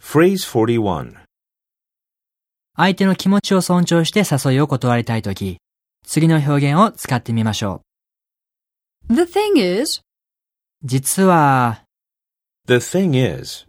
Phrase 41. 相手の気持ちを尊重して誘いを断りたいとき、次の表現を使ってみましょ The thing is, う。実は、 The thing is,